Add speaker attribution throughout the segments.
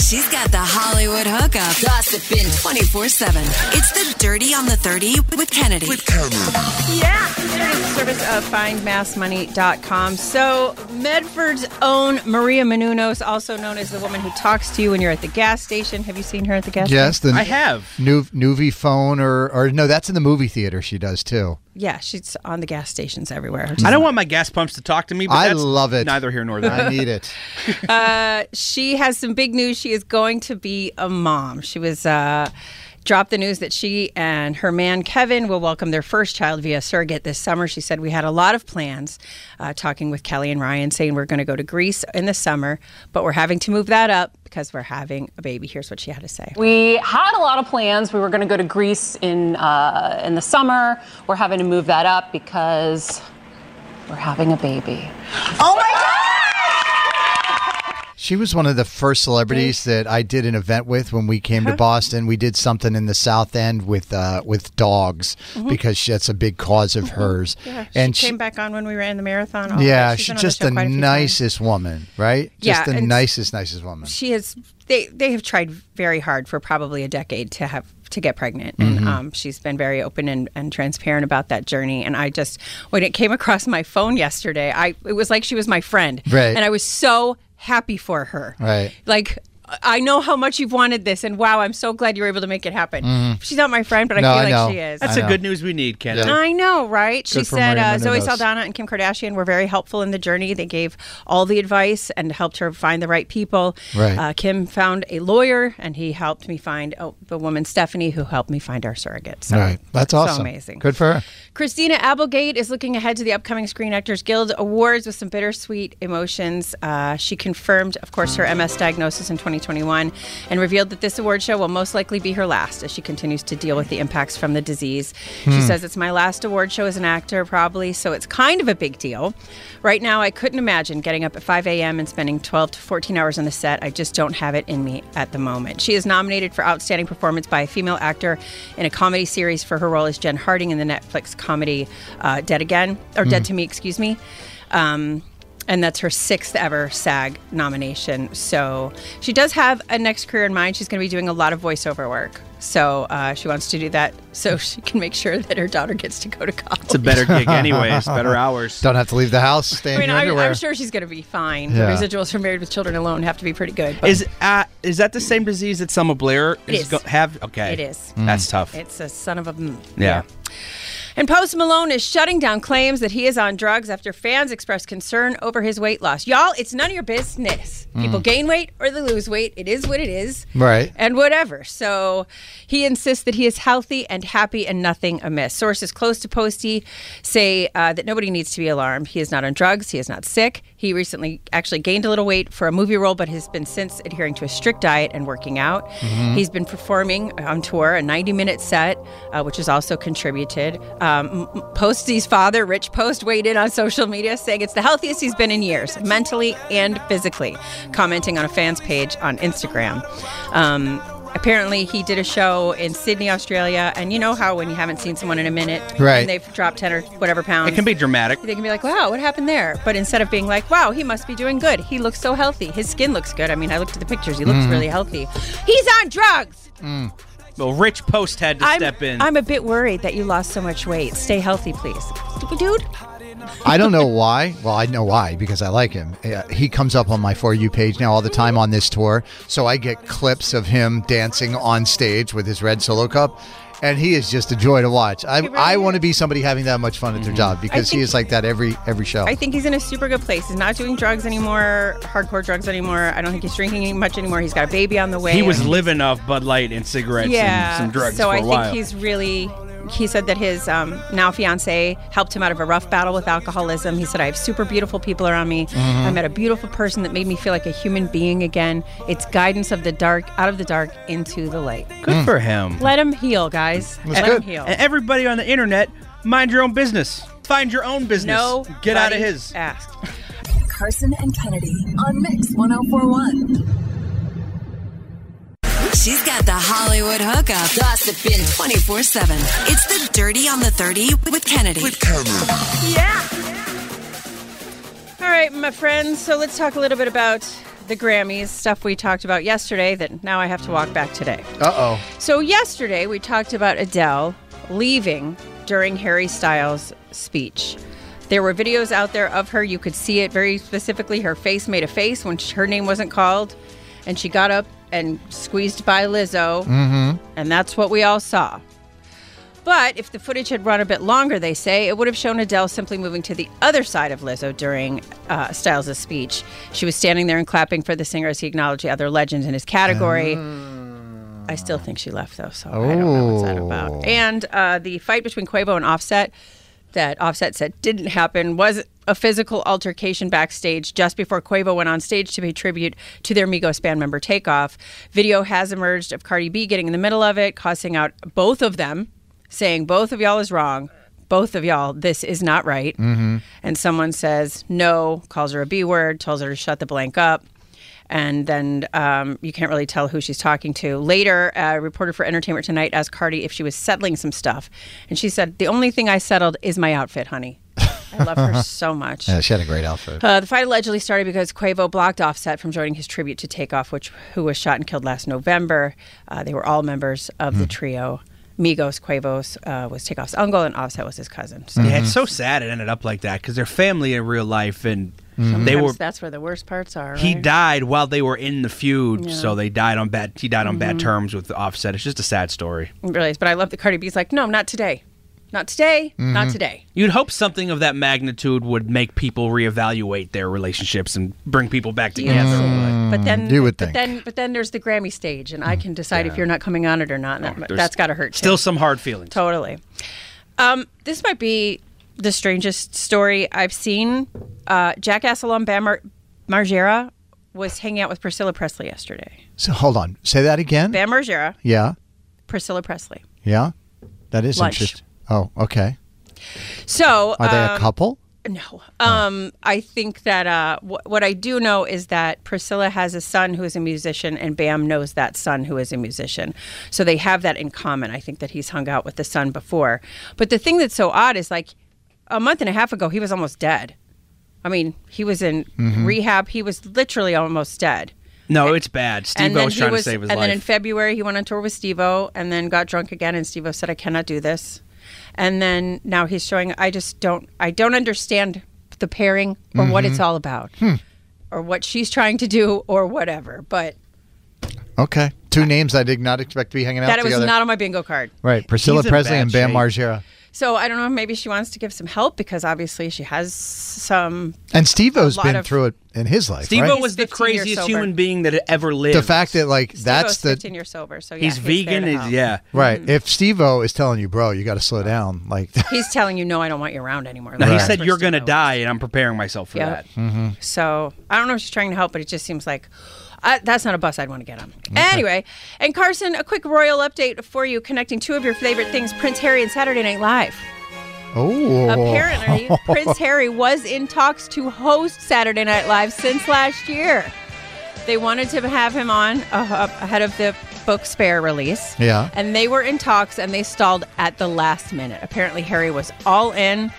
Speaker 1: She's got the Hollywood hookup, gossiping 24 7. It's the Dirty on the 30 with Kennedy.
Speaker 2: Yeah. Service of findmassmoney.com. So, Medford's own Maria Menounos, also known as the woman who talks to you when you're at the gas station. Have you seen her at the gas
Speaker 3: Yes,
Speaker 2: station?
Speaker 3: the
Speaker 4: I have.
Speaker 3: new Nuvi phone or or no, that's in the movie theater. She does too.
Speaker 2: Yeah, she's on the gas stations everywhere.
Speaker 4: I don't want my gas pumps to talk to me. But
Speaker 3: I
Speaker 4: that's
Speaker 3: love it.
Speaker 4: Neither here nor there.
Speaker 3: I need it.
Speaker 2: Uh, she has some big news. She is going to be a mom. She was uh, dropped the news that she and her man Kevin will welcome their first child via surrogate this summer. She said we had a lot of plans, uh, talking with Kelly and Ryan, saying we're going to go to Greece in the summer, but we're having to move that up because we're having a baby. Here's what she had to say.
Speaker 5: We had a lot of plans. We were going to go to Greece in uh, in the summer. We're having to move that up because we're having a baby.
Speaker 3: She was one of the first celebrities that I did an event with when we came to Boston. We did something in the South End with uh, with dogs because she, that's a big cause of hers.
Speaker 2: Mm-hmm. Yeah,
Speaker 3: and
Speaker 2: she, came back on when we ran the marathon. all
Speaker 3: yeah,
Speaker 2: that.
Speaker 3: she's,
Speaker 2: been on
Speaker 3: just
Speaker 2: show
Speaker 3: the
Speaker 2: quite a few times.
Speaker 3: nicest woman, right?
Speaker 2: Yeah,
Speaker 3: just the
Speaker 2: and-
Speaker 3: nicest, nicest woman.
Speaker 2: she has they they have tried very hard for probably a decade to have to get pregnant and
Speaker 3: Mm-hmm.
Speaker 2: um, she's been very open and, and transparent about that journey and i just when it came across my phone yesterday i it was like she was my friend
Speaker 3: Right.
Speaker 2: and i was so happy for her
Speaker 3: Right.
Speaker 2: like i know how much you've wanted this and wow i'm so glad you were able to make it happen she's not my friend but
Speaker 3: Mm-hmm. No,
Speaker 2: i feel
Speaker 3: I
Speaker 2: like
Speaker 3: know.
Speaker 2: she is
Speaker 4: That's
Speaker 3: I
Speaker 4: a
Speaker 3: know.
Speaker 4: good news we need, Ken.
Speaker 3: Yeah.
Speaker 2: I know, right? she
Speaker 3: for
Speaker 2: said
Speaker 3: Maria
Speaker 2: uh, Zoe
Speaker 3: Menounos.
Speaker 2: Saldana and Kim Kardashian were very helpful in the journey. They gave all the advice and helped her find the right people.
Speaker 3: Right.
Speaker 2: Uh, Kim found a lawyer, and he helped me find oh, the woman Stephanie, who helped me find our surrogate. So,
Speaker 3: All right, that's
Speaker 2: so
Speaker 3: awesome.
Speaker 2: amazing.
Speaker 3: Good for her.
Speaker 2: Christina Applegate is looking ahead to the upcoming Screen Actors Guild Awards with some bittersweet emotions. Uh, she confirmed, of course, her MS diagnosis in 2021 and revealed that this award show will most likely be her last as she continues to deal with the impacts from the disease. She says, It's my last award show as an actor, probably, so it's kind of a big deal. Right now, I couldn't imagine getting up at 5 a.m. and spending 12 to 14 hours on the set. I just don't have it in me at the moment. She is nominated for Outstanding Performance by a Female Actor in a Comedy Series for her role as Jen Harding in the Netflix comedy uh, Dead Again, or
Speaker 4: Mm-hmm.
Speaker 2: Dead to Me, excuse me. Um, and that's her sixth ever SAG nomination. So she does have a next career in mind. She's going to be doing a lot of voiceover work. So uh, she wants to do that so she can make sure that her daughter gets to go to college.
Speaker 4: It's a better gig, anyways. Better hours.
Speaker 3: Don't have to leave the house. Stay in
Speaker 2: I mean,
Speaker 3: your
Speaker 2: I,
Speaker 3: underwear.
Speaker 2: I'm sure she's going to be fine.
Speaker 3: Yeah.
Speaker 2: The residuals for Married with Children alone have to be pretty good. But
Speaker 4: Is uh, is that the same disease that Selma Blair
Speaker 2: It
Speaker 4: is,
Speaker 2: is.
Speaker 4: Go- have? Okay,
Speaker 2: It is.
Speaker 3: Mm.
Speaker 4: That's tough.
Speaker 2: it's a son of a. mm.
Speaker 4: yeah.
Speaker 2: And Post Malone is shutting down claims that he is on drugs after fans expressed concern over his weight loss. Y'all, it's none of your business. People gain weight or they lose weight. It is what it is.
Speaker 3: Right.
Speaker 2: And whatever. So he insists that he is healthy and happy and nothing amiss. Sources close to Posty say uh, that nobody needs to be alarmed. He is not on drugs. He is not sick. He recently actually gained a little weight for a movie role, but has been since adhering to a strict diet and working out. He's been performing on tour a 90 minute set, uh, which has also contributed. Um, M- Posty's father, Rich Post, weighed in on social media saying it's the healthiest he's been in years, mentally and physically, commenting on a fan's page on Instagram. Um, apparently, he did a show in Sydney, Australia, and you know how when you haven't seen someone in a minute,
Speaker 3: Right.
Speaker 2: and they've dropped 10 or whatever pounds.
Speaker 4: It can be dramatic.
Speaker 2: They can be like, wow, what happened there? But instead of being like, wow, he must be doing good. He looks so healthy. His skin looks good. I mean, I looked at the pictures. He looks really healthy. He's on drugs.
Speaker 4: Well, Rich Post had to
Speaker 2: I'm,
Speaker 4: step in.
Speaker 2: I'm a bit worried that you lost so much weight. Stay healthy, please. Dude,
Speaker 3: I don't know why. Well, I know why because I like him. Uh, He comes up on my For You page now all the time on this tour. So I get clips of him dancing on stage with his red solo cup. And he is just a joy to watch. I, I want to be somebody having that much fun at their job because he
Speaker 2: think-
Speaker 3: is like that every every show.
Speaker 2: I think he's in a super good place. He's not doing drugs anymore, hardcore drugs anymore. I don't think he's drinking much anymore. He's got a baby on the way.
Speaker 4: he was
Speaker 2: Like,
Speaker 4: living off Bud Light and cigarettes
Speaker 2: yeah,
Speaker 4: and some drugs
Speaker 2: So
Speaker 4: for
Speaker 2: I
Speaker 4: a while.
Speaker 2: think he's really he said that his um, now fiance helped him out of a rough battle with alcoholism. He said, I have super beautiful people around me.
Speaker 4: Mm-hmm.
Speaker 2: I met a beautiful person that made me feel like a human being again. It's guidance of the dark, out of the dark, into the light.
Speaker 4: Good for him.
Speaker 2: Let him heal, guys. Let
Speaker 3: good.
Speaker 2: him heal.
Speaker 4: Hmm. And everybody on the internet, mind your own business. Find your own business.
Speaker 2: No,
Speaker 4: Get out of his.
Speaker 2: Asked.
Speaker 1: Carson and Kennedy on Mix 1041. She's got the Hollywood hookup, gossiping 24 7. It's the Dirty on the 30 with Kennedy.
Speaker 2: All right, my friends. So let's talk a little bit about the Grammys stuff we talked about yesterday that now I have to walk back today.
Speaker 3: Uh oh.
Speaker 2: So yesterday we talked about Adele leaving during Harry Styles' speech. There were videos out there of her. You could see it very specifically. Her face made a face when sh- her name wasn't called, and she got up and squeezed by Lizzo, and that's what we all saw. But if the footage had run a bit longer, they say, it would have shown Adele simply moving to the other side of Lizzo during uh, Styles' speech. She was standing there and clapping for the singer as he acknowledged the other legends in his category. I still think she left, though, so I don't know what's that about. And uh, the fight between Quavo and Offset that Offset said didn't happen was a physical altercation backstage just before Quavo went on stage to pay tribute to their Migos band member Takeoff. Video has emerged of Cardi B getting in the middle of it, cussing out both of them, saying, Both of y'all is wrong. Both of y'all, this is not right. And someone says no, calls her a B word, tells her to shut the blank up and then um, you can't really tell who she's talking to. Later, a reporter for Entertainment Tonight asked Cardi if she was settling some stuff, and she said, "The only thing I settled is my outfit, honey. I love her so much."
Speaker 3: Yeah, she had a great outfit.
Speaker 2: Uh, the fight allegedly started because Quavo blocked Offset from joining his tribute to Takeoff, which who was shot and killed last November. Uh, they were all members of
Speaker 4: Hmm.
Speaker 2: the trio. Migos Quavos uh, was Takeoff's uncle, and Offset was his cousin. So
Speaker 3: Mm-hmm.
Speaker 4: Yeah, it's so sad it ended up like that because they're family in real life and
Speaker 3: Mm-hmm.
Speaker 4: they were.
Speaker 2: sometimes that's where the worst parts are.
Speaker 4: He
Speaker 2: right?
Speaker 4: died while they were in the feud, so they died on bad. He died on bad
Speaker 2: Mm-hmm.
Speaker 4: terms with Offset. It's just a sad story.
Speaker 2: realize, but I love that Cardi B's like, "No, not today, not today,
Speaker 3: Mm-hmm.
Speaker 2: not today."
Speaker 4: You'd hope something of that magnitude would make people reevaluate their relationships and bring people back together.
Speaker 3: Mm-hmm.
Speaker 2: But then
Speaker 3: Mm. You would
Speaker 2: but
Speaker 3: think. Mm.
Speaker 2: then but then there's the Grammy stage and I can decide if you're not coming on it or not. and
Speaker 3: Oh,
Speaker 2: that,
Speaker 4: there's
Speaker 2: that's got to hurt. too.
Speaker 4: Still some hard feelings.
Speaker 2: Totally. Um, this might be the strangest story I've seen. Uh, Jackass alum Bam Mar- Margera was hanging out with Priscilla Presley yesterday.
Speaker 3: So hold on. Say that again.
Speaker 2: Bam Margera,
Speaker 3: yeah.
Speaker 2: Priscilla Presley.
Speaker 3: Yeah. That is
Speaker 2: Lunch.
Speaker 3: interesting. Oh, okay.
Speaker 2: So
Speaker 3: Are they
Speaker 2: um,
Speaker 3: a couple?
Speaker 2: No. Um, I think that uh, wh- what I do know is that Priscilla has a son who is a musician, and Bam knows that son who is a musician. So they have that in common. I think that he's hung out with the son before. But the thing that's so odd is like a month and a half ago, he was almost dead. I mean, he was in rehab, he was literally almost dead.
Speaker 4: No, it's bad. Steve
Speaker 2: and then
Speaker 4: O's
Speaker 2: he
Speaker 4: trying
Speaker 2: was,
Speaker 4: to save his
Speaker 2: and
Speaker 4: life.
Speaker 2: then in February he went on tour with Steve-O and then got drunk again and Steve-O said I cannot do this. And then now he's showing I just don't I don't understand the pairing or what
Speaker 4: Mm-hmm.
Speaker 2: it's all about.
Speaker 4: Hmm.
Speaker 2: Or what she's trying to do or whatever, but
Speaker 3: Okay. Two names I did not expect to be hanging out
Speaker 2: that it was
Speaker 3: together.
Speaker 2: not on my bingo card.
Speaker 3: right. Priscilla
Speaker 4: He's in
Speaker 3: Presley
Speaker 4: bad
Speaker 3: and Bam
Speaker 4: shape.
Speaker 3: Margera.
Speaker 2: So I don't know, maybe she wants to give some help because obviously she has some
Speaker 3: And Steve O's
Speaker 2: lot
Speaker 3: been
Speaker 2: of-
Speaker 3: through it in his life.
Speaker 4: Steve O
Speaker 3: right?
Speaker 4: was the
Speaker 2: 15 years
Speaker 4: craziest
Speaker 2: sober.
Speaker 4: human being that had ever lived.
Speaker 3: the fact that like that's
Speaker 2: Steve-O's
Speaker 3: the
Speaker 2: 15 year sober, so yeah,
Speaker 4: he's,
Speaker 2: there
Speaker 4: vegan
Speaker 2: to
Speaker 4: is
Speaker 2: help.
Speaker 4: yeah.
Speaker 3: right. If Steve O is telling you, bro, you got to slow down. Like
Speaker 2: He's telling you no, I don't want you around anymore.
Speaker 4: Now he
Speaker 3: Right.
Speaker 4: said
Speaker 2: That's
Speaker 4: you're
Speaker 2: where
Speaker 4: gonna
Speaker 2: Steve-O was.
Speaker 4: die, and I'm preparing myself for
Speaker 2: Yep.
Speaker 4: that.
Speaker 2: So I don't know if she's trying to help, but it just seems like I, that's not a bus I'd want to get on. Anyway, and Carson, a quick royal update for you connecting two of your favorite things Prince Harry and Saturday Night Live.
Speaker 3: oh,
Speaker 2: Apparently, Prince Harry was in talks to host Saturday Night Live since last year. They wanted to have him on uh, ahead of the book spare release.
Speaker 3: Yeah.
Speaker 2: And they were in talks and they stalled at the last minute. Apparently, Harry was all in.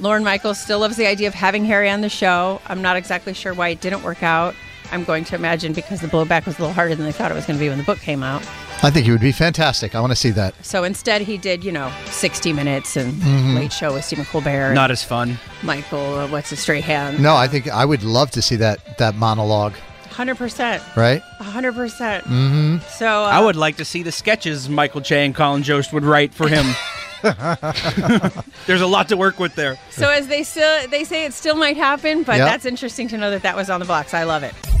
Speaker 2: Lauren Michaels still loves the idea of having Harry on the show. I'm not exactly sure why it didn't work out. I'm going to imagine because the blowback was a little harder than they thought it was going to be when the book came out.
Speaker 3: I think he would be fantastic. I want to see that.
Speaker 2: So instead, he did, you know, 60 Minutes and Late Show with Stephen Colbert.
Speaker 4: Not as fun.
Speaker 2: Michael, uh, what's his straight hand?
Speaker 3: No, I think I would love to see that that monologue.
Speaker 2: Hundred percent,
Speaker 3: Right?
Speaker 2: hundred percent. Mm-hmm. So uh,
Speaker 4: I would like to see the sketches Michael Che and Colin Jost would write for him. There's a lot to work with there.
Speaker 2: So as they still they say it still might happen, but
Speaker 3: Yeah.
Speaker 2: that's interesting to know that that was on the blocks. I love it.
Speaker 1: oh